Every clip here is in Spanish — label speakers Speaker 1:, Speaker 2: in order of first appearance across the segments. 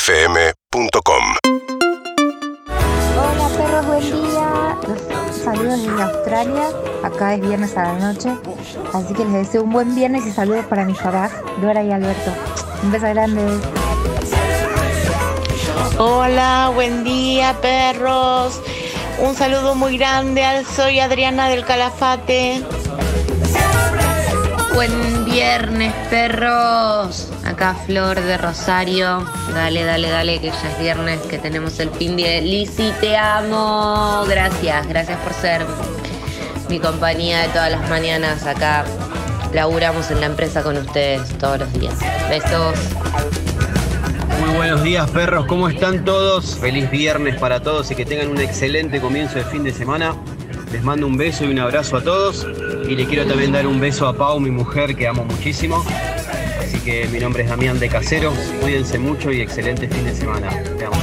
Speaker 1: UrbanaPlayFM.com
Speaker 2: Hola perros, buen día. Saludos desde Australia. Acá es viernes a la noche. Así que les deseo un buen viernes y saludos para mis papás, Dora y Alberto. Un beso grande.
Speaker 3: Hola, buen día perros. Un saludo muy grande. al- Soy Adriana del Calafate.
Speaker 4: Buen viernes, perros. Acá Flor de Rosario. Dale, dale, dale, que ya es viernes, que tenemos el fin de Lisi, te amo. Gracias, gracias por ser mi compañía de todas las mañanas. Acá laburamos en la empresa con ustedes todos los días. Besos.
Speaker 5: Muy buenos días, perros. ¿Cómo están todos? Feliz viernes para todos y que tengan un excelente comienzo de fin de semana. Les mando un beso y un abrazo a todos. Y le quiero también dar un beso a Pau, mi mujer, que amo muchísimo. Así que mi nombre es Damián de Casero. Cuídense mucho y excelente fin de semana. Te amo.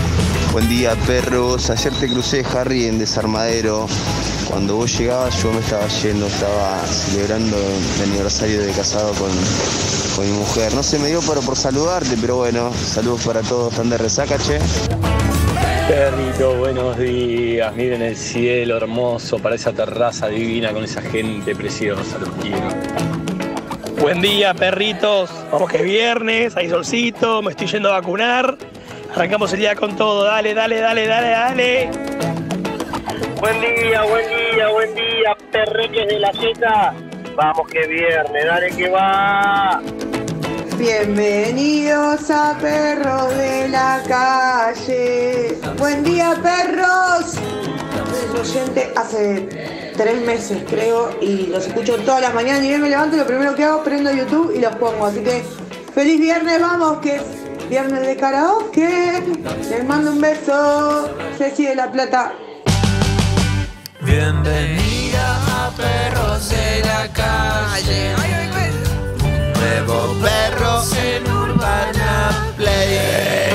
Speaker 6: Buen día perros, ayer te crucé Harry en Desarmadero. Cuando vos llegabas yo me estaba yendo, estaba celebrando el aniversario de casado con, con mi mujer. No se me dio para por saludarte, pero bueno, saludos para todos, tan de resaca, che.
Speaker 7: Perrito, buenos días. Miren el cielo hermoso para esa terraza divina con esa gente preciosa. Los quiero.
Speaker 8: Buen día, perritos. Vamos que es viernes, hay solcito, me estoy yendo a vacunar. Arrancamos el día con todo. Dale, dale, dale, dale, dale.
Speaker 9: Buen día, buen día, buen día, perreques de la Z. Vamos que viernes, dale que va.
Speaker 10: Bienvenidos a Perros de la Calle. Buen día, perros. Soy oyente hace tres meses, creo, y los escucho todas las mañanas. Y bien me levanto, y lo primero que hago es prendo YouTube y los pongo. Así que feliz viernes, vamos, que es viernes de karaoke. Les mando un beso. Ceci de la Plata.
Speaker 11: Bienvenida a Perros de la Calle. Un nuevo perro en Urbana Play.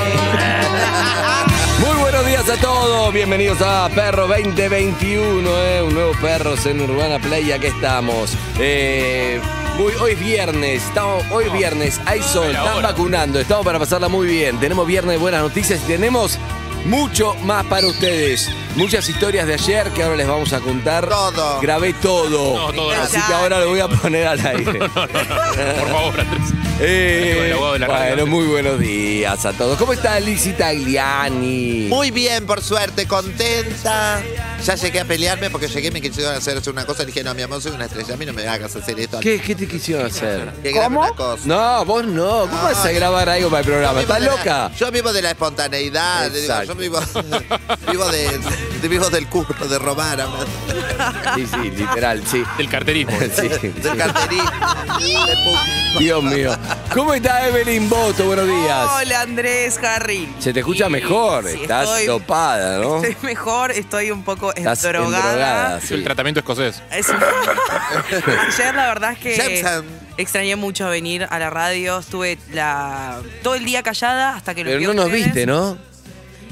Speaker 12: Muy buenos días a todos, bienvenidos a Perro 2021, ¿eh? un nuevo perro en Urbana Play, aquí estamos. Eh, muy- hoy es viernes, estamos, hoy es viernes, hay sol, están vacunando, estamos para pasarla muy bien, tenemos viernes de buenas noticias y tenemos mucho más para ustedes. Muchas historias de ayer que ahora les vamos a contar. Todo. Grabé todo.
Speaker 13: No, todo no.
Speaker 12: Así que ahora lo voy a poner al aire.
Speaker 13: Por favor, Andrés.
Speaker 12: Eh,
Speaker 13: El abogado de la radio.
Speaker 12: bueno, muy buenos días a todos. ¿Cómo está Lizzie Tagliani?
Speaker 11: Muy bien, por suerte, contenta. Ya llegué a pelearme porque llegué, me quisieron hacer hacer una cosa. Le dije, no, mi amor, soy una estrella, a mí no me hagas hacer esto.
Speaker 12: ¿Qué, qué te quisieron hacer?
Speaker 11: Llegué a una cosa.
Speaker 12: No, vos no. ¿Cómo vas a grabar algo para el programa?
Speaker 11: Yo vivo
Speaker 12: ¿Estás
Speaker 11: de la-
Speaker 12: loca?
Speaker 11: yo vivo de la espontaneidad. digo,
Speaker 12: Exacto.
Speaker 11: yo vivo, vivo, de, de- vivo del curro, de robar.
Speaker 12: Sí, sí, literal, sí.
Speaker 13: Del carterismo.
Speaker 12: Sí, sí.
Speaker 11: Del carterismo. del público.
Speaker 12: Dios mío. ¿Cómo está Evelyn Boto? Buenos días.
Speaker 14: Hola Andrés, Harry.
Speaker 12: Se te escucha mejor.
Speaker 14: Sí,
Speaker 12: Estás
Speaker 14: estoy-
Speaker 12: dopada, ¿no?
Speaker 14: Estoy mejor, estoy un poco
Speaker 12: Oh. Estás
Speaker 14: drogada.
Speaker 12: endrogada, sí.
Speaker 13: El tratamiento escocés.
Speaker 14: Ayer la verdad es que
Speaker 11: Jameson.
Speaker 14: extrañé mucho venir a la radio. Estuve la... todo el día callada hasta que lo
Speaker 12: Pero
Speaker 14: vi a
Speaker 12: no nos
Speaker 14: ustedes.
Speaker 12: viste, ¿no?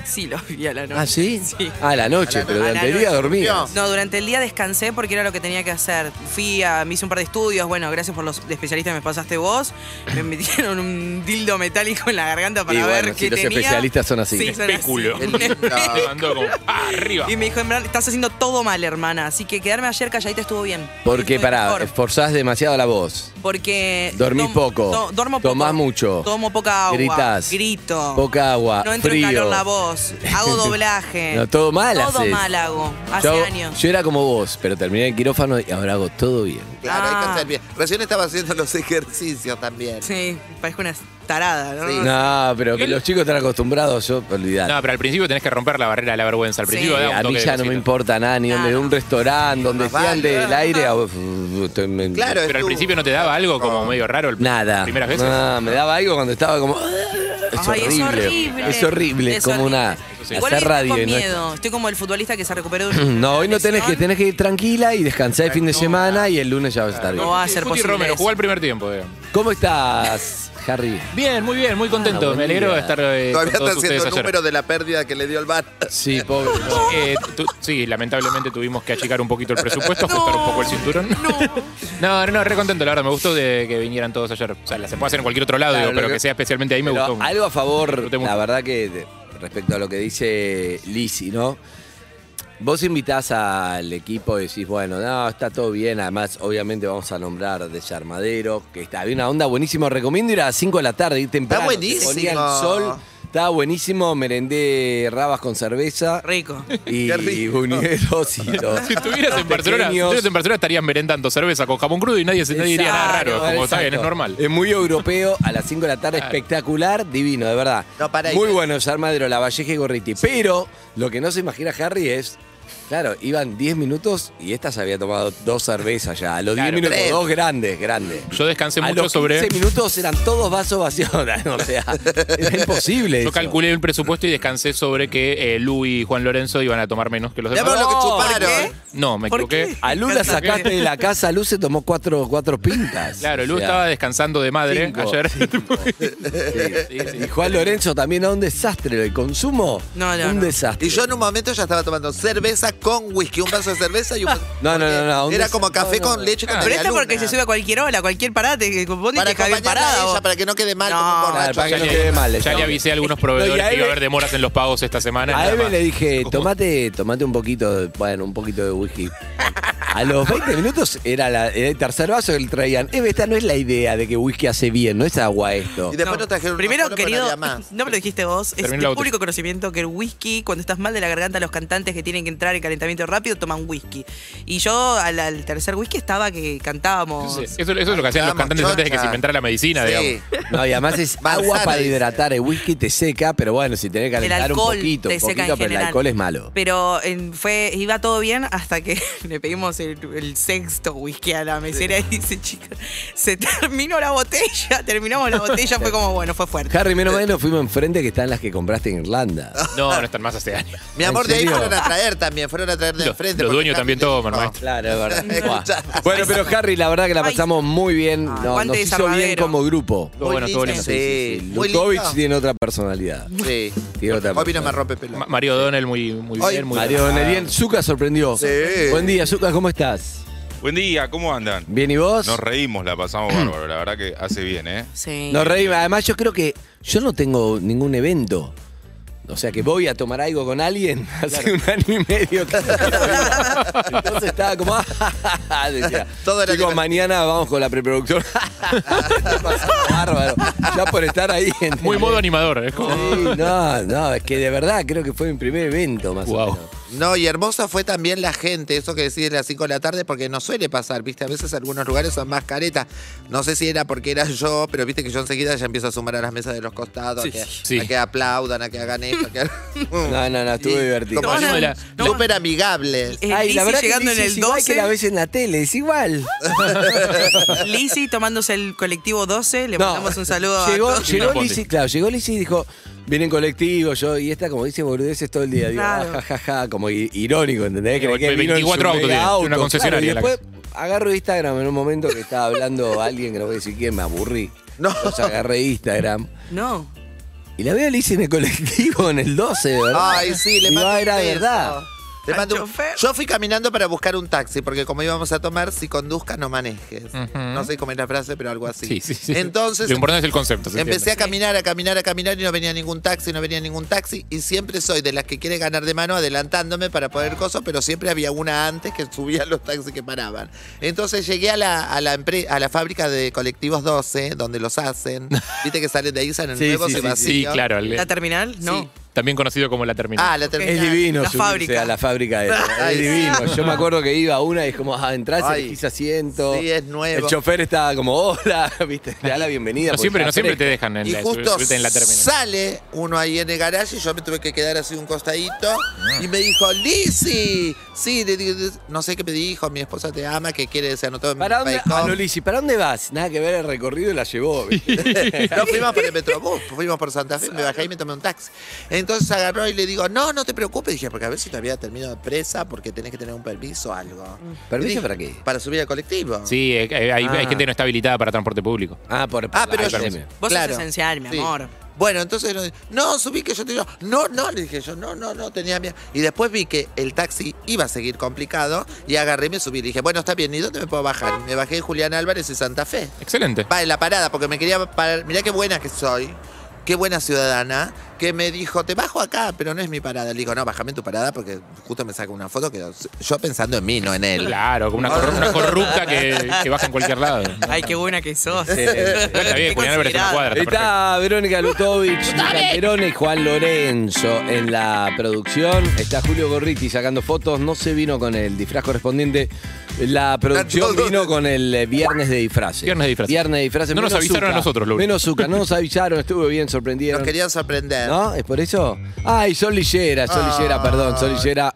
Speaker 14: Sí, los vi a la noche.
Speaker 12: ¿Ah, sí?
Speaker 14: Sí.
Speaker 12: A la noche, pero
Speaker 14: A la
Speaker 12: durante el día
Speaker 14: noche.
Speaker 12: dormías.
Speaker 14: No, durante el día descansé porque era lo que tenía que hacer. Fui a, me hice un par de estudios, bueno, gracias por los especialistas que me pasaste vos. Me metieron un dildo metálico en la garganta para
Speaker 12: Y
Speaker 14: ver
Speaker 12: bueno,
Speaker 14: qué
Speaker 12: sí, los
Speaker 14: tenía.
Speaker 12: especialistas son así.
Speaker 14: Sí, son
Speaker 13: Espéculo.
Speaker 14: así.
Speaker 13: Te mandó como
Speaker 12: "Ah,
Speaker 13: arriba.
Speaker 14: Y me dijo, Emran, estás haciendo todo mal, hermana. Así que quedarme ayer calladita estuvo bien.
Speaker 12: Porque,
Speaker 14: Estuve
Speaker 12: pará,
Speaker 14: mejor.
Speaker 12: esforzás demasiado la voz.
Speaker 14: Porque.
Speaker 12: Dormís
Speaker 14: tomo-
Speaker 12: poco.
Speaker 14: to- duermo poco.
Speaker 12: Tomás mucho.
Speaker 14: Tomo poca agua.
Speaker 12: Gritás.
Speaker 14: Grito.
Speaker 12: Poca agua.
Speaker 14: No entro
Speaker 12: Ah, frío.
Speaker 14: en calor la voz. Hago doblaje.
Speaker 12: No, todo mal
Speaker 14: Todo
Speaker 12: haces.
Speaker 14: mal hago. Hace
Speaker 12: yo,
Speaker 14: años.
Speaker 12: yo era como vos, pero terminé en quirófano y ahora hago todo bien.
Speaker 11: Claro, hay que
Speaker 14: Ah.
Speaker 11: hacer bien. Recién estaba haciendo los ejercicios también.
Speaker 14: Sí, parezco una tarada, ¿no?
Speaker 11: Sí.
Speaker 12: No, pero que los chicos están acostumbrados, yo olvidar.
Speaker 13: No, pero al principio tenés que romper la barrera de la vergüenza. Al
Speaker 14: Sí.
Speaker 13: principio da un
Speaker 12: a mí
Speaker 13: toque de
Speaker 12: ya no
Speaker 13: cosita.
Speaker 12: me importa nada, ni donde de un restaurante, donde
Speaker 11: más
Speaker 12: sean
Speaker 11: vale.
Speaker 12: del aire. a- uh, estoy- me-
Speaker 11: Claro,
Speaker 13: Pero al
Speaker 11: estuvo-
Speaker 13: principio no te daba algo como medio raro. el-
Speaker 12: Nada.
Speaker 13: las Primeras veces.
Speaker 12: No, me daba algo cuando estaba como. "Ah, Es,
Speaker 14: Ay,
Speaker 12: horrible. Es horrible,
Speaker 14: Es
Speaker 12: como una.
Speaker 13: sí.
Speaker 14: Igual
Speaker 12: Hacer
Speaker 14: estoy
Speaker 12: radio
Speaker 14: con
Speaker 12: y no es-
Speaker 14: miedo. Estoy como el futbolista que se recuperó de una
Speaker 12: No, hoy no tenés que,
Speaker 14: lesión.
Speaker 12: tenés que ir tranquila y descansar el fin de semana y el lunes ya vas a estar bien.
Speaker 14: No va a ser
Speaker 13: Cuti
Speaker 14: posible.
Speaker 13: Romero
Speaker 14: eso.
Speaker 13: jugó al primer tiempo. digamos.
Speaker 12: ¿Cómo estás, Harry?
Speaker 14: Bien, muy bien, muy contento.
Speaker 12: Ah, buen
Speaker 14: Me alegro
Speaker 12: día.
Speaker 14: de estar eh,
Speaker 11: Todavía
Speaker 14: con
Speaker 11: está
Speaker 14: todos ustedes
Speaker 11: haciendo el
Speaker 14: ayer.
Speaker 11: número de la pérdida que le dio el bar.
Speaker 12: Sí, pobre.
Speaker 14: Eh, tu- sí, lamentablemente tuvimos que achicar un poquito el presupuesto, ajustar un poco el cinturón. No. no, no, re contento, la verdad. Me gustó de que vinieran todos ayer. O sea, la- se puede hacer en cualquier otro lado,
Speaker 12: Claro,
Speaker 14: digo,
Speaker 12: lo
Speaker 14: pero
Speaker 12: que-
Speaker 14: que, sea especialmente ahí me
Speaker 12: Pero
Speaker 14: gustó.
Speaker 12: Algo a favor, la verdad que de- respecto a lo que dice Lisi, ¿no? Vos invitás al equipo y decís, bueno, no, está todo bien. Además, obviamente vamos a nombrar Desarmadero, que está, había una onda buenísima. Recomiendo ir a las 5 de la tarde, ir temprano. se
Speaker 11: buenísimo.
Speaker 12: Ponía el sol, estaba buenísimo. Merendé rabas con cerveza.
Speaker 3: Rico.
Speaker 12: Y, y buñuelos y todo.
Speaker 14: Si estuvieras en Barcelona, si estuvieras en Barcelona estarías merendando cerveza con jamón crudo y nadie, se- nadie diría nada raro.
Speaker 12: Exacto,
Speaker 14: Como está bien, es
Speaker 12: exacto.
Speaker 14: normal.
Speaker 12: Es muy europeo, a las 5 de la tarde,
Speaker 14: Claro.
Speaker 12: espectacular, divino, de verdad.
Speaker 11: para ahí.
Speaker 12: muy bueno el Armadero, La Valleja y Gorriti. Pero lo que no se imagina Harry es. Claro, iban 10 minutos y esta se había tomado dos cervezas ya. A los 10
Speaker 14: Claro.
Speaker 12: minutos,
Speaker 14: Tres.
Speaker 12: dos grandes, grandes.
Speaker 14: Yo descansé
Speaker 12: a
Speaker 14: mucho
Speaker 12: los
Speaker 14: sobre.
Speaker 12: 15 minutos eran todos vasos vacíos. o sea, era imposible.
Speaker 14: Yo
Speaker 12: eso.
Speaker 14: calculé el presupuesto y descansé sobre que eh, Lu y Juan Lorenzo iban a tomar menos que los demás.
Speaker 11: Veamos lo que
Speaker 3: Oh,
Speaker 14: No,
Speaker 11: chuparon.
Speaker 14: No, me equivoqué.
Speaker 12: A Lu la sacaste de la casa, Lu se tomó cuatro, cuatro pintas.
Speaker 14: Claro, Lu
Speaker 12: O sea,
Speaker 14: estaba descansando de madre
Speaker 12: cinco,
Speaker 14: ayer.
Speaker 12: Y Juan Lorenzo también era un desastre. El consumo, un desastre.
Speaker 11: Y yo en un momento ya estaba tomando cerveza con whisky, un vaso de cerveza y un vaso-
Speaker 12: No, no, no, no. un
Speaker 11: Era
Speaker 12: des-
Speaker 11: como café
Speaker 12: no, no,
Speaker 11: con leche con
Speaker 3: Pero esta es
Speaker 11: medialuna.
Speaker 3: porque se sube a cualquier hora, a cualquier parada, te compone y
Speaker 11: Para
Speaker 3: te cae
Speaker 11: acompañarla a
Speaker 3: parada.
Speaker 11: ella,
Speaker 3: vos.
Speaker 11: para que no quede mal
Speaker 3: No.
Speaker 11: como por
Speaker 12: Claro,
Speaker 11: borracho.
Speaker 12: para que
Speaker 14: Ya
Speaker 12: no
Speaker 14: le-
Speaker 12: quede mal.
Speaker 14: Ya le avisé a algunos proveedores
Speaker 12: No, y a
Speaker 14: que iba a
Speaker 12: Eve-
Speaker 14: haber demoras en los pagos esta semana.
Speaker 12: A
Speaker 14: nada
Speaker 12: Eve
Speaker 14: más.
Speaker 12: le dije, tomate, tomate un poquito, de- bueno, un poquito de whisky. A los 20 minutos era, la- era el tercer vaso que le traían. Eve, esta no es la idea de que whisky hace bien, no es agua esto.
Speaker 11: Y después nos trajeron unos
Speaker 3: Primero,
Speaker 11: polos, pero
Speaker 3: querido,
Speaker 11: había más.
Speaker 3: no me lo dijiste vos, es
Speaker 14: Termina
Speaker 3: de
Speaker 14: la botella.
Speaker 3: público conocimiento que el whisky, cuando estás mal de la garganta, los cantantes que tienen que entrar en calentamiento rápido toman whisky. Y yo al, al tercer whisky estaba que cantábamos.
Speaker 14: Sí, Eso, eso es lo que hacían los
Speaker 11: Estábamos
Speaker 14: cantantes antes de que
Speaker 11: choncha.
Speaker 14: se inventara la medicina, digamos.
Speaker 12: No, y además es agua
Speaker 11: Manzanas.
Speaker 12: para hidratar. El whisky te seca, pero bueno, si tenés que
Speaker 3: El
Speaker 12: calentar un
Speaker 3: alcohol
Speaker 12: poquito,
Speaker 3: te
Speaker 12: un
Speaker 3: seca en
Speaker 12: poquito, pero el
Speaker 3: general.
Speaker 12: alcohol es malo.
Speaker 3: Pero en- fue, iba todo bien hasta que le pedimos el, el sexto whisky a la mesera y dice, chica, se terminó la botella, terminamos la botella, fue como, bueno, fue fuerte.
Speaker 12: Harry, menos mal nos fuimos enfrente que están las que compraste en Irlanda.
Speaker 14: No, no están más hace años.
Speaker 11: Mi amor, de ahí
Speaker 12: serio?
Speaker 11: fueron a traer también, fueron a traer de
Speaker 14: Los,
Speaker 11: enfrente.
Speaker 14: los
Speaker 11: porque
Speaker 14: dueños también toman, maestro.
Speaker 12: Claro, es verdad. Buah.
Speaker 11: Escuchá.
Speaker 12: Bueno, pero Harry, la verdad que la
Speaker 3: Ay.
Speaker 12: pasamos muy bien. No,
Speaker 3: aguante
Speaker 12: nos hizo bien
Speaker 3: desarmadero.
Speaker 12: como grupo.
Speaker 14: Todo bueno, todo lindo.
Speaker 11: Sí, muy lindo.
Speaker 12: Lutovic tiene otra personalidad.
Speaker 11: Sí.
Speaker 12: Tiene otra
Speaker 11: Hoy vino
Speaker 12: personalidad.
Speaker 11: más rompe pelo.
Speaker 14: Ma- Mario Donel muy, muy
Speaker 11: Ay,
Speaker 14: bien, muy
Speaker 12: Mario Donelien, Zucca sorprendió.
Speaker 11: Sí.
Speaker 12: Buen día, Zucca, ¿cómo estás?
Speaker 15: Buen día, ¿cómo andan?
Speaker 12: ¿Bien y vos?
Speaker 15: Nos reímos, la pasamos bárbaro, la verdad que hace bien, ¿eh?
Speaker 3: Sí.
Speaker 12: Nos reímos. Además, yo creo que yo no tengo ningún evento. O sea que voy a tomar algo con alguien hace un año y medio. que- Entonces estaba como. ah, decía,
Speaker 11: Todo era
Speaker 12: chicos,
Speaker 11: divertido".
Speaker 12: mañana vamos con la preproducción. Bárbaro. Ya por estar ahí. ¿entendés?
Speaker 14: Muy modo animador. ¿eh? Es como...
Speaker 12: Sí, no, no, es que de verdad creo que fue mi primer evento más o
Speaker 14: Guau.
Speaker 12: menos.
Speaker 11: No, y hermosa fue también la gente, eso que decís de las 5 de la tarde, porque no suele pasar, viste, a veces algunos lugares son más caretas. No sé si era porque era yo, pero viste que yo enseguida ya empiezo a sumar a las mesas de los costados, a, que,
Speaker 14: Sí.
Speaker 11: a que aplaudan, a que hagan esto, a que
Speaker 12: No, no, no, estuvo
Speaker 11: Y
Speaker 12: divertido.
Speaker 11: como
Speaker 14: No, no,
Speaker 11: yo-
Speaker 14: la-
Speaker 3: no.
Speaker 11: Súper amigable.
Speaker 3: Eh, Lizzy llegando en
Speaker 12: Lizzy
Speaker 3: el
Speaker 12: es igual que
Speaker 3: 12.
Speaker 12: la ves en la tele, es igual.
Speaker 3: Lizzy tomándose el colectivo 12, le
Speaker 12: No,
Speaker 3: mandamos un saludo a
Speaker 12: llegó,
Speaker 3: todos.
Speaker 12: llegó
Speaker 14: Una
Speaker 12: Lizzy, claro, llegó Lizzy y dijo, vienen colectivo, yo, y esta como dice boludeces todo el día, digo, ah,
Speaker 3: Claro.
Speaker 12: ja, ja, ja, como i- irónico, ¿entendés? Cree que vino en su
Speaker 14: 24 Eh,
Speaker 12: mega
Speaker 14: autos tiene, tiene una
Speaker 12: auto,
Speaker 14: concesionaria
Speaker 12: claro, y después agarro Instagram en un momento que estaba hablando alguien que no voy a decir quién, me aburrí.
Speaker 11: No.
Speaker 12: Entonces agarré Instagram.
Speaker 3: No.
Speaker 12: Y la veo a Lizzy en el colectivo, en el 12, ¿verdad?
Speaker 11: Ay, sí, le
Speaker 12: Digo,
Speaker 11: mando
Speaker 12: ah,
Speaker 11: un
Speaker 12: era
Speaker 11: beso.
Speaker 12: verdad.
Speaker 11: Le
Speaker 3: ¿Al
Speaker 11: mando un-
Speaker 3: chofer?
Speaker 11: Yo fui caminando para buscar un taxi, porque como íbamos a tomar, si conduzcas no manejes. No sé cómo es la frase, pero algo así.
Speaker 14: Sí, sí, sí.
Speaker 11: Entonces
Speaker 14: Lo importante es el concepto. ¿se
Speaker 11: Empecé
Speaker 14: entiende?
Speaker 11: a caminar, a caminar, a caminar y no venía ningún taxi, no venía ningún taxi. Y siempre soy de las que quiere ganar de mano adelantándome para poder cosas, pero siempre había una antes que subía los taxis que paraban. Entonces llegué a la, a la, empre- a la fábrica de colectivos 12, donde los hacen. Viste que salen de ahí, salen
Speaker 12: Sí,
Speaker 11: nuevos
Speaker 12: sí,
Speaker 11: y
Speaker 12: sí,
Speaker 11: vacíos.
Speaker 14: Sí, claro. el-
Speaker 3: ¿La terminal? No.
Speaker 14: También conocido como la terminal.
Speaker 11: Ah, la terminal.
Speaker 12: Es divino
Speaker 3: La
Speaker 12: subirse
Speaker 3: fábrica.
Speaker 12: a la fábrica de
Speaker 11: Ay,
Speaker 12: Es divino. Yo me acuerdo que iba a una y es como, ah, entras,
Speaker 11: Ay.
Speaker 12: elegís asiento.
Speaker 11: Sí, es
Speaker 12: El
Speaker 11: nuevo.
Speaker 12: chofer estaba como, hola, viste, te da la bienvenida.
Speaker 14: No
Speaker 12: porque
Speaker 14: siempre,
Speaker 12: está
Speaker 14: no siempre te
Speaker 12: fresco.
Speaker 14: dejan en
Speaker 11: Y
Speaker 14: la,
Speaker 11: justo
Speaker 14: subirte en la terminal.
Speaker 11: sale uno ahí en el garage y yo me tuve que quedar así un costadito y me dijo, Lizzy, sí, le digo, no sé qué me dijo, mi esposa te ama, que quiere, se anotó en mi
Speaker 12: ¿Para dónde,
Speaker 11: Paycom".
Speaker 12: ah, no, Lizzy, ¿Para dónde vas? Nada que ver el recorrido y la llevó. viste.
Speaker 11: No fuimos por el Metrobús, fuimos por Santa Fe, me bajé y me tomé un taxi. Entonces agarró y le digo, no, no te preocupes. Dije, porque a ver si te había terminado presa porque tenés que tener un permiso o algo.
Speaker 3: Mm.
Speaker 12: ¿Permiso
Speaker 11: Y dije,
Speaker 12: para qué?
Speaker 11: Para subir al colectivo.
Speaker 14: Sí, eh, eh, hay,
Speaker 11: Ah.
Speaker 14: hay gente que no está habilitada para transporte público.
Speaker 12: Ah, por
Speaker 11: Ah, pero
Speaker 14: hay
Speaker 11: yo-
Speaker 14: permiso.
Speaker 3: Vos sos esencial, mi amor.
Speaker 11: Bueno, entonces no, no, subí que yo te digo, no, no, le dije yo, no, no, no, tenía miedo. Y después vi que el taxi iba a seguir complicado y agarré y me subí. Le dije, bueno, está bien, ¿y dónde me puedo bajar? Y Me bajé en Julián Álvarez en Santa Fe.
Speaker 14: Excelente.
Speaker 11: Va en la parada, porque me quería parar. Mirá qué buena que soy, qué buena ciudadana, que me dijo, te bajo acá, pero no es mi parada. Le digo, no, bájame en tu parada porque justo me saca una foto que yo pensando en mí, no en él.
Speaker 14: Claro, como una, corru- una corrupta que, que baja en cualquier lado.
Speaker 3: Ay, qué buena que sos.
Speaker 14: Está bien, Julián Álvarez en una cuadra.
Speaker 12: Está,
Speaker 14: está perfecto.
Speaker 12: Verónica Lutovich, Calderón y Juan Lorenzo en la producción. Está Julio Gorriti sacando fotos. No se vino con el disfraz correspondiente. La producción vino con el eh, viernes de disfraces.
Speaker 14: Viernes de disfraces.
Speaker 12: Viernes de disfraces.
Speaker 14: No nos
Speaker 12: menos
Speaker 14: avisaron
Speaker 12: Zucca.
Speaker 14: a nosotros, lo único.
Speaker 12: Menos Zucca, no nos avisaron, estuve bien sorprendido.
Speaker 11: Nos querían sorprender.
Speaker 12: ¿No? ¿Es por eso? Ay, Sol Lillera, Sol Lillera,
Speaker 11: Ah.
Speaker 12: perdón, Sol Lillera.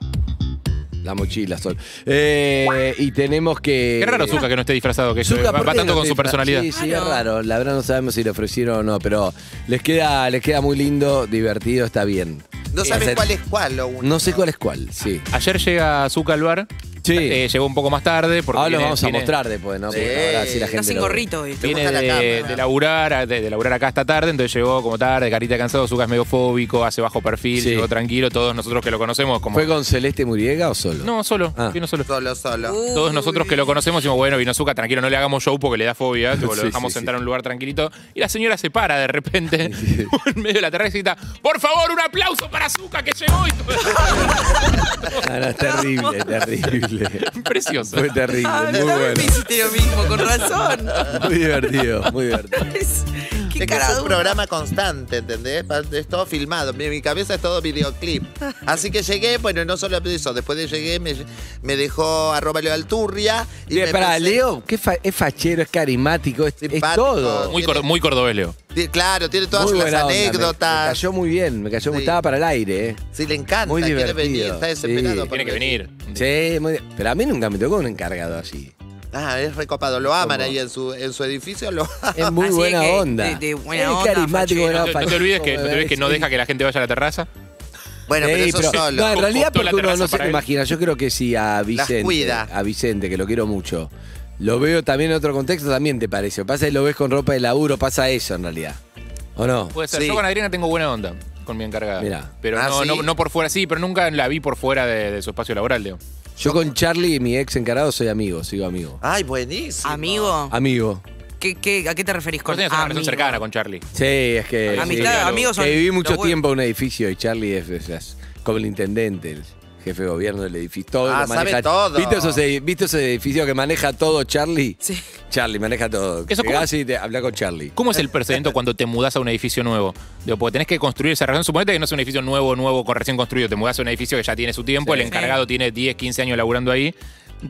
Speaker 12: La mochila, Sol. Eh, y tenemos que.
Speaker 14: Qué raro Zuka que no esté disfrazado, que
Speaker 12: Zucca,
Speaker 14: va,
Speaker 12: ¿por
Speaker 14: va
Speaker 12: qué
Speaker 14: tanto
Speaker 12: no
Speaker 14: con
Speaker 12: te
Speaker 14: su
Speaker 12: disfra-
Speaker 14: personalidad.
Speaker 12: Sí, sí, es raro. La verdad no sabemos si le ofrecieron o no, pero les queda, les queda muy lindo, divertido, está bien.
Speaker 11: No
Speaker 12: Va a
Speaker 11: sabes
Speaker 12: ser-
Speaker 11: cuál es cuál, lo único.
Speaker 12: No sé cuál es cuál, sí.
Speaker 14: Ayer llega Zuka al bar. Eh, llegó un poco más tarde. Porque
Speaker 12: Ahora lo
Speaker 14: viene-
Speaker 12: vamos a
Speaker 14: viene-
Speaker 12: mostrar después, ¿no? Porque
Speaker 14: Sí.
Speaker 12: ahora sí la
Speaker 14: Está
Speaker 12: gente.
Speaker 3: sin
Speaker 12: lo ve.
Speaker 3: gorrito hoy.
Speaker 14: Viene de, de laburar, de, de laburar acá hasta tarde, entonces llegó como tarde, carita cansado, Zuka es medio fóbico, hace bajo perfil,
Speaker 12: Sí.
Speaker 14: llegó tranquilo, todos nosotros que lo conocemos como...
Speaker 12: ¿Fue con Celeste Muriega o solo?
Speaker 14: No, solo.
Speaker 12: Ah.
Speaker 14: Vino solo.
Speaker 11: Solo, solo.
Speaker 3: Uh,
Speaker 14: Todos nosotros que lo conocemos decimos, bueno, vino Zuka, tranquilo, no le hagamos show porque le da fobia, tipo, lo
Speaker 12: Sí,
Speaker 14: dejamos
Speaker 12: sí,
Speaker 14: sentar en un lugar tranquilito. Y la señora se para de repente en medio de la terraza y grita, por favor, un aplauso para Zuka que llegó.
Speaker 12: Ah, no, es terrible, es terrible.
Speaker 14: Precioso.
Speaker 12: Fue terrible,
Speaker 3: Ah,
Speaker 12: muy bueno.
Speaker 3: me hiciste lo mismo, con razón.
Speaker 12: Muy divertido, muy divertido.
Speaker 11: Es que es un programa constante, ¿entendés? Pa- Es todo filmado. Mi, mi cabeza es todo videoclip. Así que llegué, bueno, no solo eso. Después de llegué, me, me dejó arroba Leo Alturria. Y
Speaker 12: Bien,
Speaker 11: me
Speaker 12: pará,
Speaker 11: pensé-
Speaker 12: Leo, ¿qué fa- es fachero, es carismático, es, es todo.
Speaker 14: Muy, cor- muy cordobés, Leo.
Speaker 11: Ti- Claro, tiene todas
Speaker 12: Muy
Speaker 11: las
Speaker 12: buena onda, me- Me,
Speaker 11: anécdotas.
Speaker 12: cayó muy bien, me cayó muy, estaba para el aire, ¿eh?
Speaker 11: Sí, le encanta.
Speaker 12: Muy
Speaker 11: quiere
Speaker 12: divertido.
Speaker 11: venir, está desesperado.
Speaker 12: sí.
Speaker 11: por
Speaker 12: Sí, muy bien. Pero a mí nunca me tocó un encargado así.
Speaker 11: Ah, es recopado. Lo aman ahí en su, en su edificio. Lo
Speaker 12: Es muy
Speaker 11: Así
Speaker 12: buena
Speaker 11: que,
Speaker 12: onda.
Speaker 11: de- de buena
Speaker 12: es
Speaker 11: onda,
Speaker 12: carismático,
Speaker 11: fachero.
Speaker 12: era
Speaker 14: No te, no te olvides que, no, te olvides que no
Speaker 12: sí.
Speaker 14: deja que la gente vaya a la terraza.
Speaker 11: Bueno, pero
Speaker 12: Sí,
Speaker 11: eso
Speaker 12: pero-
Speaker 11: solo.
Speaker 12: No, en realidad
Speaker 14: Optó la
Speaker 12: porque uno no
Speaker 14: terraza
Speaker 12: se
Speaker 14: para
Speaker 12: lo
Speaker 14: él.
Speaker 12: imagina. Yo creo que si a Vicente,
Speaker 11: cuida.
Speaker 12: a Vicente, que lo quiero mucho, lo veo también en otro contexto, también te parece. Lo que Pasa es que lo ves con ropa de laburo, pasa eso en realidad. ¿O no?
Speaker 14: Puede ser. Yo con Adriana tengo buena onda con mi encargada.
Speaker 12: Mirá.
Speaker 14: Pero
Speaker 12: Ah,
Speaker 14: no,
Speaker 12: ¿sí?
Speaker 14: no, no por fuera, sí, pero nunca la vi por fuera de, de su espacio laboral, Leo.
Speaker 12: Yo con Charlie, mi ex encargado, soy amigo, sigo amigo.
Speaker 11: Ay, buenísimo. Ah.
Speaker 3: Amigo,
Speaker 12: Amigo.
Speaker 3: ¿qué, qué, a qué te referís
Speaker 14: Vos
Speaker 3: con
Speaker 14: tenías una relación
Speaker 3: ah, amigo?
Speaker 14: cercana con Charlie.
Speaker 12: Sí, es que.
Speaker 3: Amistad,
Speaker 12: sí,
Speaker 3: amigos son
Speaker 12: que viví
Speaker 3: lo
Speaker 12: mucho
Speaker 3: bueno.
Speaker 12: tiempo en un edificio y Charlie es, es- es como el intendente, el jefe de gobierno del edificio. Todo
Speaker 11: Ah,
Speaker 12: lo maneja.
Speaker 11: sabe todo.
Speaker 12: ¿Viste esos, edi- viste esos edificios que maneja todo Charlie? Sí. Charlie maneja todo.
Speaker 14: Eso, ¿cómo?
Speaker 12: Llegás y te habla con Charlie.
Speaker 14: ¿Cómo es el procedimiento cuando te mudás a un edificio nuevo? Digo, porque tenés que construir esa relación. Suponete que no es un edificio nuevo, nuevo, con recién construido. Te mudás a un edificio que ya tiene su tiempo,
Speaker 12: Sí.
Speaker 14: el encargado tiene 10, 15 años laburando ahí.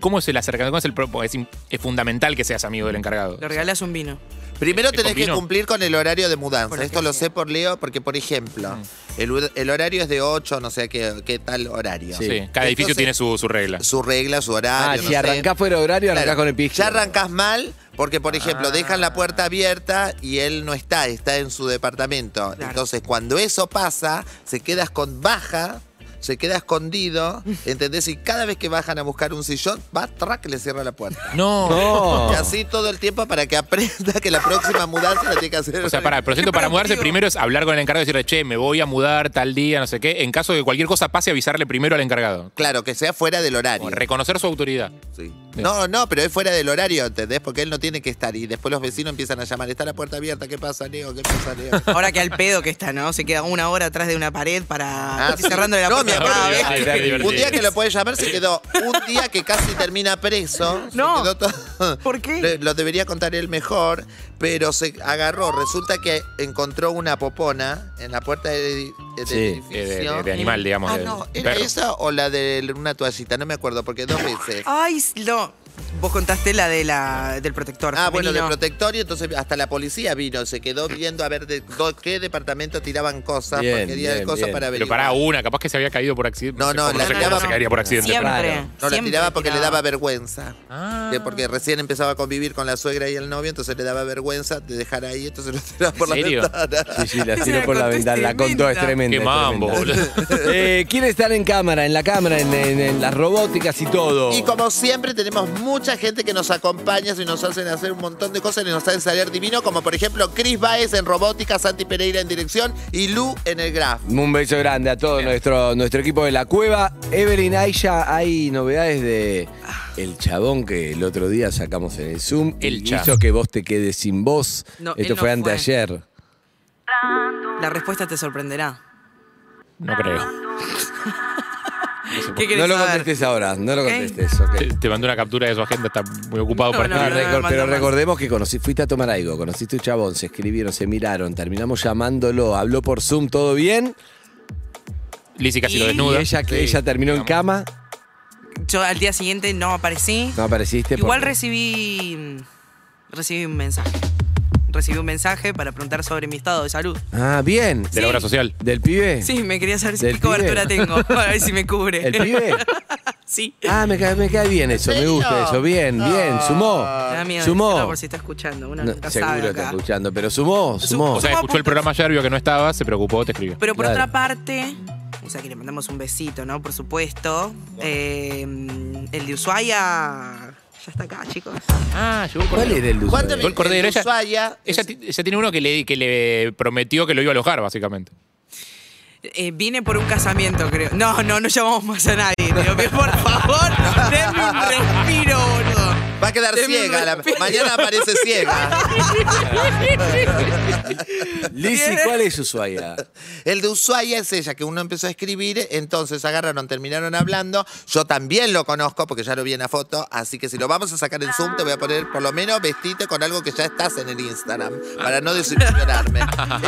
Speaker 14: ¿Cómo es el acercamiento? ¿Cómo es el pro- porque es, im- es fundamental que seas amigo del encargado.
Speaker 3: Le regalás un vino.
Speaker 11: Primero
Speaker 14: ¿Te
Speaker 11: tenés que
Speaker 14: convino?
Speaker 11: cumplir con el horario de mudanza.
Speaker 3: Por
Speaker 11: Esto lo sé por Leo, porque, por ejemplo, el, hor- el horario es de 8, no sé qué, qué tal horario.
Speaker 14: Sí, cada edificio
Speaker 11: Entonces,
Speaker 14: tiene su, su regla.
Speaker 11: su regla, su
Speaker 12: Ah,
Speaker 11: horario. no
Speaker 12: si
Speaker 11: sé.
Speaker 12: arrancás fuera de horario, arrancás
Speaker 11: Claro.
Speaker 12: con el pie
Speaker 11: Ya
Speaker 12: izquierdo.
Speaker 11: arrancás mal porque, por
Speaker 14: Ah.
Speaker 11: ejemplo, dejan la puerta abierta y él no está, está en su departamento. Entonces, cuando eso pasa, se quedas con baja. Se queda escondido, ¿entendés? Y cada vez que bajan a buscar un sillón, va, track, le cierra la puerta.
Speaker 14: No. Oh.
Speaker 12: No.
Speaker 11: Y así todo el tiempo para que aprenda que la próxima mudanza la tiene que hacer.
Speaker 14: O sea, para, el proyecto para mudarse primero es hablar con el encargado y decirle, che, me voy a mudar tal día, no sé qué. En caso de que cualquier cosa pase, avisarle primero al encargado.
Speaker 11: Claro, que sea fuera del horario.
Speaker 14: O reconocer su autoridad. eh,
Speaker 11: No, no, pero es fuera del horario, ¿entendés? Porque él no tiene que estar. Y después los vecinos empiezan a llamar. Está la puerta abierta, ¿qué pasa, Leo? ¿Qué pasa, Leo?
Speaker 3: Ahora que al pedo que está, ¿no? Se queda una hora atrás de una pared para
Speaker 11: Ah, sí.
Speaker 3: cerrando la
Speaker 11: No,
Speaker 3: puerta
Speaker 11: mi amor,
Speaker 3: cada vez.
Speaker 11: ah,
Speaker 14: Divertido, divertido.
Speaker 11: Un día que lo puede llamar se quedó. Un día que casi termina preso. No.
Speaker 3: ¿Por qué?
Speaker 11: Lo, debería contar él mejor, pero se agarró. Resulta que encontró una popona en la puerta del, edi- del
Speaker 14: Sí,
Speaker 11: edificio.
Speaker 14: de- de- de animal, digamos,
Speaker 11: Ah,
Speaker 14: de
Speaker 11: no, ¿era
Speaker 14: perro.
Speaker 11: esa o la de una toallita? No me acuerdo, porque dos veces.
Speaker 3: Ay, no. Vos contaste la de la, del protector.
Speaker 11: Ah, bueno, del
Speaker 3: femenino.
Speaker 11: protectorio, entonces hasta la policía vino, se quedó viendo a ver de do- qué departamento tiraban cosas,
Speaker 14: Bien,
Speaker 11: porque quería
Speaker 14: bien,
Speaker 11: cosas
Speaker 14: bien.
Speaker 11: para
Speaker 14: Pero
Speaker 11: averiguar.
Speaker 14: pará uh, una, capaz que se había caído por accidente.
Speaker 11: No, no,
Speaker 14: sé
Speaker 11: la
Speaker 14: cómo se-
Speaker 11: tiraba-
Speaker 14: se caería por accidente. Claro.
Speaker 11: No la tiraba porque le daba vergüenza.
Speaker 14: Ah.
Speaker 11: Que Porque recién empezaba a convivir con la suegra y el novio, entonces le daba vergüenza de dejar ahí, entonces lo tiraba por la
Speaker 12: serio?
Speaker 11: ventana.
Speaker 12: Sí, sí, la tiró por la ventana, la contó, es tremenda.
Speaker 14: Qué
Speaker 12: es
Speaker 14: mambo,
Speaker 12: tremenda. Eh, quiere estar en cámara, en la cámara, en, en- en las robóticas y todo.
Speaker 11: Y como siempre tenemos mucha gente que nos acompaña y nos hacen hacer un montón de cosas y nos hacen salir divino, como por ejemplo Chris Baez en robótica, Santi Pereira en dirección y Lu en el graf.
Speaker 12: Un beso grande a todo nuestro, nuestro equipo de la cueva. Evelyn, hay ya hay novedades de el chabón que el otro día sacamos en el Zoom.
Speaker 14: El
Speaker 12: y
Speaker 14: cha.
Speaker 12: hizo que vos te quedes sin voz.
Speaker 3: No, él
Speaker 12: Esto
Speaker 3: no
Speaker 12: fue
Speaker 3: fue.
Speaker 12: anteayer.
Speaker 3: La respuesta te sorprenderá.
Speaker 14: No creo.
Speaker 3: ¿Qué querés
Speaker 12: No lo
Speaker 3: saber?
Speaker 12: contestes ahora, no lo
Speaker 3: Ok.
Speaker 12: contestes. ok.
Speaker 14: Te, te mandé una captura de su agenda, está muy ocupado
Speaker 3: No,
Speaker 14: para
Speaker 3: no,
Speaker 12: Ah,
Speaker 14: escribir.
Speaker 12: recor- pero recordemos que conocí, fuiste a tomar algo, conociste un chabón, se escribieron, se miraron, terminamos llamándolo, habló por Zoom, todo bien.
Speaker 14: Lizzy casi lo
Speaker 12: Y-
Speaker 14: desnuda.
Speaker 12: Y ella, que
Speaker 14: Sí.
Speaker 12: ella terminó en cama,
Speaker 3: Yo al día siguiente no aparecí.
Speaker 12: no apareciste.
Speaker 3: Igual
Speaker 12: porque-
Speaker 3: recibí. Recibí un mensaje. Recibí un mensaje para preguntar sobre mi estado de salud.
Speaker 12: Ah, bien. De
Speaker 3: la obra
Speaker 14: social.
Speaker 12: ¿Del pibe?
Speaker 3: Sí, me quería saber si
Speaker 12: ¿Del
Speaker 3: qué cobertura
Speaker 12: pibe?
Speaker 3: tengo. Para ver si me cubre.
Speaker 12: ¿El pibe?
Speaker 3: sí.
Speaker 12: Ah, me cae, me cae bien eso, me gusta eso. Bien, bien, sumó.
Speaker 3: Me da miedo decirlo
Speaker 12: sumó.
Speaker 3: por si está escuchando. Una
Speaker 12: No,
Speaker 3: nunca sabe
Speaker 12: seguro está
Speaker 3: acá.
Speaker 12: escuchando, pero sumó, sumó.
Speaker 14: O sea, escuchó el programa ayer, vio que no estaba, se preocupó, te escribió.
Speaker 3: Pero por otra parte, o sea que le mandamos un besito, ¿no? Por supuesto. Eh, el de Ushuaia Ah, ya está acá, chicos.
Speaker 14: Ah, llegó
Speaker 12: ¿Cuál era el de Ushuaia?
Speaker 14: Llegó el cordero. Ella,
Speaker 11: Ushuaia.
Speaker 14: ella, ti- ella tiene uno que le, que le prometió que lo iba a alojar, básicamente.
Speaker 3: Eh, vine por un casamiento, creo. No, no, no llamamos más a nadie. Digo, que por favor, denme un respiro, boludo.
Speaker 11: Va a quedar
Speaker 3: Denme un
Speaker 11: ciega, la-
Speaker 3: respiro.
Speaker 11: mañana aparece ciega.
Speaker 12: Lizzy, ¿cuál es Ushuaia?
Speaker 11: El de Ushuaia es ella, que uno empezó a escribir, entonces agarraron, terminaron hablando. Yo también lo conozco porque ya lo vi en la foto, así que si lo vamos a sacar en Zoom, te voy a poner por lo menos vestite con algo que ya estás en el Instagram, para no desilusionarme.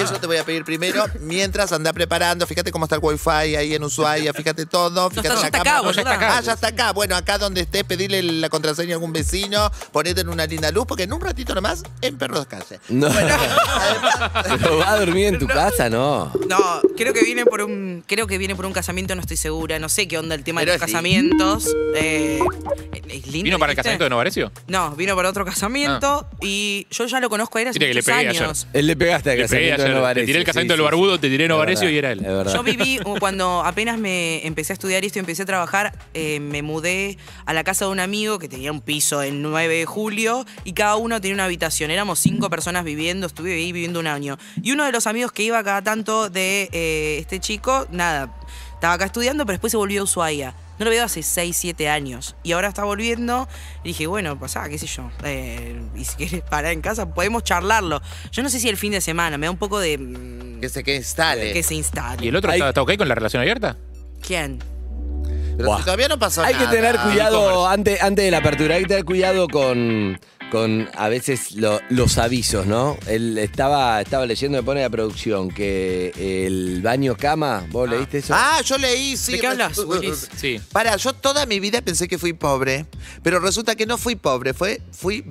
Speaker 11: Eso te voy a pedir primero, mientras anda preparando. Fíjate cómo está el wifi ahí en Ushuaia, fíjate todo, fíjate
Speaker 3: está-
Speaker 11: la
Speaker 3: ya está
Speaker 11: cámara.
Speaker 3: acá, boluda.
Speaker 11: Ah, ya está acá. Bueno, acá donde estés, pedirle la contraseña a algún vecino, ponete en una linda luz, porque en un ratito nomás, en Perros Calle.
Speaker 12: No. ¿Pero va a dormir en tu casa? No.
Speaker 3: No, creo que viene por un. Creo que viene por un casamiento, no estoy segura. No sé qué onda el tema de
Speaker 14: Pero
Speaker 3: los
Speaker 14: sí.
Speaker 3: casamientos. Eh, es lindo,
Speaker 14: ¿Vino para el
Speaker 3: ¿viste?
Speaker 14: casamiento de Novarecio?
Speaker 3: No, vino para otro casamiento y yo ya lo conozco a él hace
Speaker 14: Mira que le
Speaker 3: muchos
Speaker 14: pegué
Speaker 3: años.
Speaker 14: ayer.
Speaker 12: Él le pegaste al
Speaker 14: Le pegué
Speaker 12: casamiento de
Speaker 14: ayer,
Speaker 12: Novarecio.
Speaker 14: Te tiré el
Speaker 12: sí,
Speaker 14: casamiento
Speaker 12: sí,
Speaker 14: del barbudo, te tiré
Speaker 12: Es
Speaker 14: Novarecio
Speaker 12: verdad,
Speaker 14: y era él.
Speaker 12: es verdad.
Speaker 3: Yo viví, u- cuando apenas me empecé a estudiar esto y empecé a trabajar, eh, me mudé a la casa de un amigo que tenía un piso en 9 de julio y cada uno tenía una habitación. Éramos cinco personas viviendo, estuve ahí viviendo un año. Y uno de los amigos que iba cada tanto de eh, este chico, nada, estaba acá estudiando, pero después se volvió a Ushuaia. No lo veo hace 6, 7 años. Y ahora está volviendo. Y dije, bueno, pasá, qué sé yo. eh, y si quieres parar en casa, podemos charlarlo. Yo no sé si el fin de semana, me da un poco de... mm,
Speaker 11: Que se que instale.
Speaker 3: Que se instale.
Speaker 14: ¿Y el otro está, está ok con la relación abierta?
Speaker 3: ¿Quién?
Speaker 11: Pero
Speaker 12: Buah.
Speaker 11: si todavía no pasó
Speaker 12: Hay que
Speaker 11: nada.
Speaker 12: tener cuidado antes, antes de la apertura, hay que tener cuidado con, con a veces lo- los avisos, ¿no? Él estaba, estaba leyendo, me pone la producción, que el baño cama, ¿vos leíste eso?
Speaker 11: Ah, yo leí, sí.
Speaker 3: ¿De qué hablas, Willis?
Speaker 14: Sí.
Speaker 11: Para, yo toda mi vida pensé que fui pobre, pero resulta que no fui pobre, fue, fui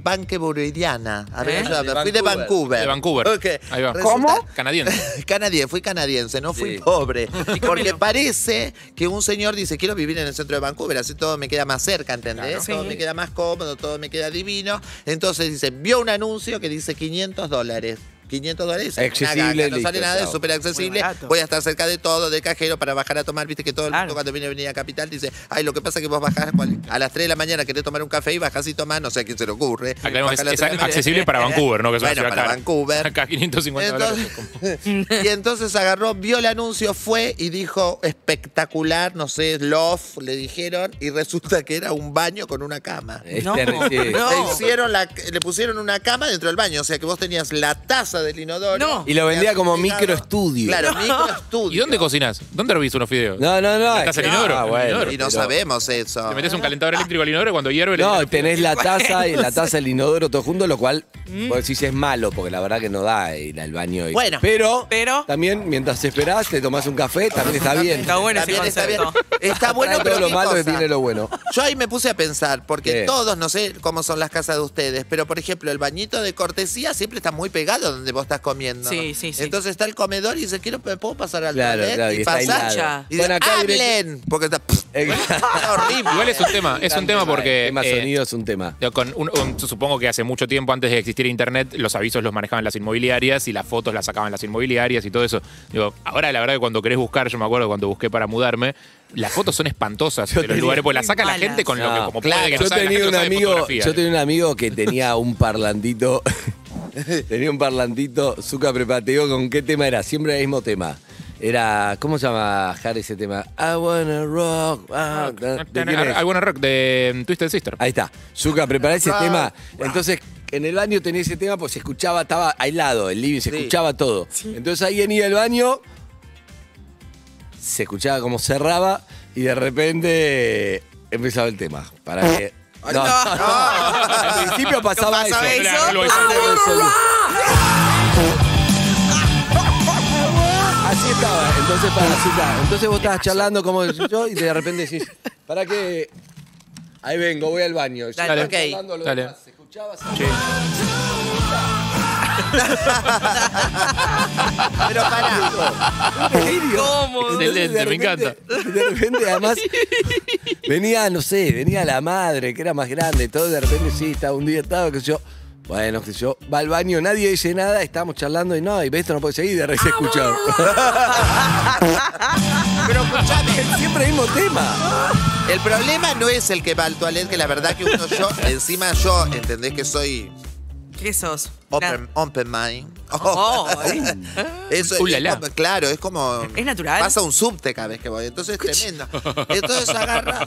Speaker 11: banqueburidiana. A ver,
Speaker 14: ¿Eh?
Speaker 11: ayúdame,
Speaker 14: De
Speaker 11: fui de
Speaker 14: Vancouver.
Speaker 11: Vancouver.
Speaker 14: De Vancouver.
Speaker 11: Ok.
Speaker 14: Ahí va.
Speaker 11: Resulta-
Speaker 14: ¿Cómo? Canadiense.
Speaker 11: Canadiense, fui canadiense, no fui pobre. Porque parece que un señor dice, quiero vivir en el centro de Vancouver, así todo me queda más cerca, ¿entendés?
Speaker 3: Claro.
Speaker 11: Todo
Speaker 3: Sí.
Speaker 11: me queda más cómodo, todo me queda divino. Entonces dice, vio un anuncio que dice 500 dólares. 500 dólares, es una
Speaker 12: Accesible,
Speaker 11: ganga, no
Speaker 12: listo,
Speaker 11: sale nada, es
Speaker 12: chao.
Speaker 11: súper accesible.
Speaker 3: Muy barato.
Speaker 11: Voy a estar cerca de todo, del cajero, para bajar a tomar. Viste que todo el mundo cuando viene a venir a Capital dice, ay, lo que pasa es que vos bajás cual- a las 3 de la mañana, querés tomar un café y bajás y tomás, no sé a quién se le ocurre.
Speaker 14: Aclaremos,
Speaker 11: Bajás a
Speaker 14: es,
Speaker 11: las
Speaker 14: es
Speaker 11: 3 de la
Speaker 14: accesible
Speaker 11: mañana.
Speaker 14: para Vancouver, ¿no? Que es una
Speaker 11: Bueno,
Speaker 14: ciudad
Speaker 11: para
Speaker 14: cara.
Speaker 11: Vancouver.
Speaker 14: Acá 550 dólares.
Speaker 11: Entonces- y entonces agarró, vio el anuncio, fue y dijo espectacular, no sé, love, le dijeron, y resulta que era un baño con una cama.
Speaker 12: Es
Speaker 3: No,
Speaker 12: terrible.
Speaker 3: no.
Speaker 11: Le, hicieron la- le pusieron una cama dentro del baño, o sea que vos tenías la taza taza del inodoro.
Speaker 12: Y lo vendía como microestudio.
Speaker 11: Claro,
Speaker 14: ¿Y
Speaker 11: microestudio.
Speaker 14: dónde cocinas? ¿Dónde hervís unos fideos?
Speaker 12: No, no, no.
Speaker 14: ¿Estás en el
Speaker 12: Ah,
Speaker 14: inodoro?
Speaker 12: bueno,
Speaker 14: en el inodoro.
Speaker 12: y no Pero- sabemos
Speaker 11: eso.
Speaker 14: Te metes un calentador eléctrico al inodoro y cuando hierve... le
Speaker 12: No,
Speaker 14: metes-
Speaker 12: tenés la taza y la
Speaker 14: Bueno,
Speaker 12: taza el inodoro todo junto, lo cual vos decís es malo, porque la verdad que no da ir al baño. y-
Speaker 11: Mm. Bueno.
Speaker 12: pero,
Speaker 3: pero
Speaker 12: también mientras esperás, te tomás un café, también está bien.
Speaker 11: También está bien. Está bueno,
Speaker 12: Trae
Speaker 11: pero
Speaker 12: todo lo
Speaker 11: ¿qué
Speaker 12: malo que
Speaker 11: cosa?
Speaker 12: tiene lo bueno.
Speaker 11: Yo ahí me puse a pensar, porque
Speaker 12: ¿Qué?
Speaker 11: todos, no sé cómo son las casas de ustedes, pero por ejemplo, el bañito de cortesía siempre está muy pegado donde vos estás comiendo.
Speaker 3: Sí, sí, sí.
Speaker 11: Entonces está el comedor y dice, quiero, ¿me puedo pasar al
Speaker 12: Claro,
Speaker 11: toilet?
Speaker 12: claro, y
Speaker 11: y
Speaker 12: está
Speaker 11: pasar.
Speaker 12: aislado.
Speaker 11: Y dice,
Speaker 12: Bueno, acá direct-
Speaker 11: ¡hablen! Porque está... horrible.
Speaker 14: Igual es un tema, es un tema porque...
Speaker 12: El tema
Speaker 14: eh,
Speaker 12: sonido es un tema.
Speaker 14: Yo con un- un- supongo que hace mucho tiempo antes de existir internet, los avisos los manejaban las inmobiliarias y las fotos las sacaban las inmobiliarias y todo eso. Digo, ahora la verdad que cuando querés buscar, yo me acuerdo cuando busqué para mudarme, las fotos son espantosas de los
Speaker 12: tenía-
Speaker 14: lugares, porque las saca pues, la gente con lo que
Speaker 12: No,
Speaker 14: como
Speaker 12: claro.
Speaker 14: puede. Que no
Speaker 12: yo
Speaker 14: sabe, la
Speaker 12: tenía
Speaker 14: gente
Speaker 12: un
Speaker 14: no sabe
Speaker 12: amigo,
Speaker 14: fotografía.
Speaker 12: yo tenía un amigo que tenía un parlantito, tenía un parlantito, Zuka prepateo con qué tema era, siempre el mismo tema. Era, ¿cómo se llama Harry ese tema? I wanna rock. ah, ¿de quién es?
Speaker 14: I wanna rock de mm, Twisted Sister.
Speaker 12: Ahí está. Zuka, prepará ese
Speaker 14: Rock,
Speaker 12: tema. Entonces, en el baño tenía ese tema, pues se escuchaba, estaba aislado, el living, se
Speaker 14: Sí.
Speaker 12: escuchaba todo. Entonces alguien iba al baño, se escuchaba como cerraba y de repente empezaba el tema. Para que. No, Al principio pasaba eso.
Speaker 14: Ah, pasaba eso? Lo hizo.
Speaker 12: Así estaba, entonces para Zuka. Entonces vos estabas charlando como yo y de repente decís, ¿para qué? Ahí vengo, voy al baño. Ya
Speaker 14: Dale,
Speaker 12: estás
Speaker 14: ok.
Speaker 12: charlando lo
Speaker 14: Dale.
Speaker 12: demás, se escuchaba, se-
Speaker 11: Pero pará.
Speaker 3: ¿Cómo?
Speaker 12: Excelente, me encanta. De repente, además, venía, no sé, venía la madre, que era más grande, todo de repente, sí, estaba un día, estaba, qué sé yo. Bueno, qué sé yo, va al baño, nadie dice nada, estábamos charlando y no, y ve, esto no puede seguir, de repente se escuchó.
Speaker 3: Ah,
Speaker 11: Pero escuchame.
Speaker 12: Siempre el mismo tema.
Speaker 11: El problema no es el que va al toilet, que la verdad que uno yo, encima yo, entendés que soy
Speaker 3: ¿Qué sos?
Speaker 11: open, open mind.
Speaker 3: Oh, ¿eh?
Speaker 11: Eso es-
Speaker 3: Ulala.
Speaker 11: es como- claro, es como.
Speaker 3: Es natural.
Speaker 11: Pasa un subte cada vez que voy, entonces es tremendo. Entonces agarra.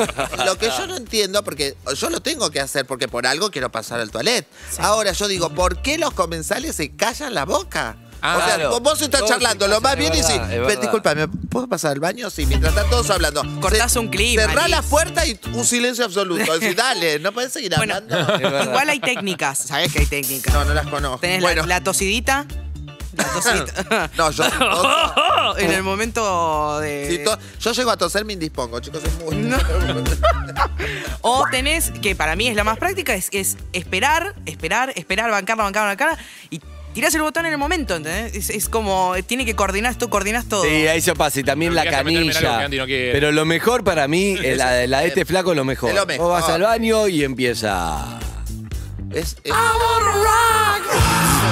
Speaker 11: Lo que yo no entiendo, porque yo lo tengo que hacer, porque por algo quiero pasar al toilet. Ahora yo digo, ¿por qué los comensales se callan la boca?
Speaker 12: Ah,
Speaker 11: o sea,
Speaker 12: claro.
Speaker 11: vos- vos estás
Speaker 12: Todos se
Speaker 11: charlando lo
Speaker 12: callan,
Speaker 11: más
Speaker 12: es
Speaker 11: bien y
Speaker 12: verdad,
Speaker 11: sí,
Speaker 12: es
Speaker 11: "Pe-
Speaker 12: verdad".
Speaker 11: discúlpame, ¿puedo pasar al baño? Sí, mientras están todos hablando.
Speaker 3: Cortás un clip.
Speaker 11: Cerrá
Speaker 3: Alice.
Speaker 11: la puerta y un silencio absoluto. Así, dale, no podés seguir
Speaker 3: Bueno,
Speaker 11: hablando.
Speaker 3: Igual hay técnicas, sabes que hay técnicas.
Speaker 11: No, no las conozco.
Speaker 3: Tenés la- la, tosidita. La tosidita.
Speaker 11: No, yo.
Speaker 3: en el momento de.
Speaker 11: Si to- yo llego a toser, me indispongo, chicos. Es muy.
Speaker 3: O tenés, que para mí es la más práctica, es, es esperar, esperar, esperar, bancarla, bancarla, bancarla y tirás el botón en el momento, ¿entendés? Es, es como, tiene que coordinar, tú coordinas todo.
Speaker 12: Sí, ahí se pasa. Y también la
Speaker 14: Obligaste a meterme en algo
Speaker 12: canilla.
Speaker 14: que Andy no quiere.
Speaker 12: Pero lo mejor para mí, eh, la, la de este flaco es lo mejor.
Speaker 11: Es lo mejor.
Speaker 12: Vos vas al baño y empieza.
Speaker 11: Es, es-
Speaker 3: Ah,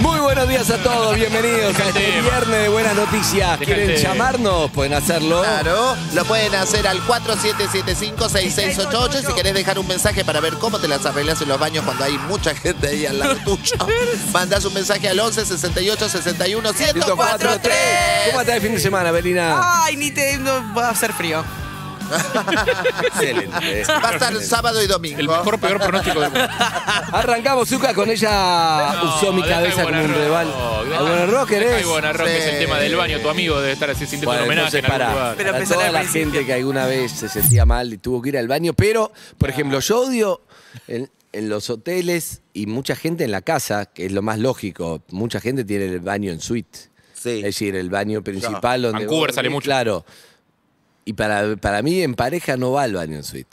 Speaker 12: Muy buenos días a todos, bienvenidos a este viernes de buenas noticias. ¿Quieren
Speaker 11: Dejate.
Speaker 12: llamarnos? Pueden hacerlo.
Speaker 11: Claro, lo pueden hacer al 4775-6688 y si querés dejar un mensaje para ver cómo te las arreglas en los baños cuando hay mucha gente ahí al lado tuyo, mandás un mensaje al 11 68 61 1043.
Speaker 12: 104-3. ¿Cómo está el fin de semana, Belina?
Speaker 3: Ay, ni te no, va a hacer frío.
Speaker 12: Excelente.
Speaker 11: Va a estar sábado y domingo. El mejor
Speaker 14: peor pronóstico del mundo.
Speaker 12: Arrancamos, Zuka, con ella Ah, usó mi cabeza como un rival. ¿A Buena Rock
Speaker 14: Ay,
Speaker 12: eres?
Speaker 14: bueno, rock es el tema del baño. Tu amigo debe estar así sintiendo un homenaje
Speaker 12: entonces
Speaker 14: en algún
Speaker 12: para,
Speaker 14: lugar.
Speaker 12: para toda la gente que alguna vez se sentía mal y tuvo que ir al baño, pero, por ejemplo, yo odio en, en los hoteles y mucha gente en la casa, que es lo más lógico, mucha gente tiene el baño en suite. Es decir, el baño principal donde
Speaker 14: Vancouver
Speaker 12: vos
Speaker 14: sale
Speaker 12: dormís,
Speaker 14: mucho.
Speaker 12: Claro. Y para, para mí en pareja no va el baño en suite.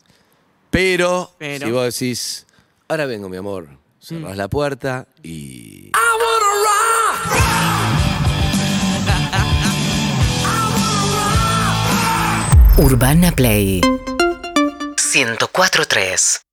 Speaker 12: Pero,
Speaker 3: Pero.
Speaker 12: si vos decís, ahora vengo, mi amor, cerrás la puerta y
Speaker 16: Urbana Play 104.3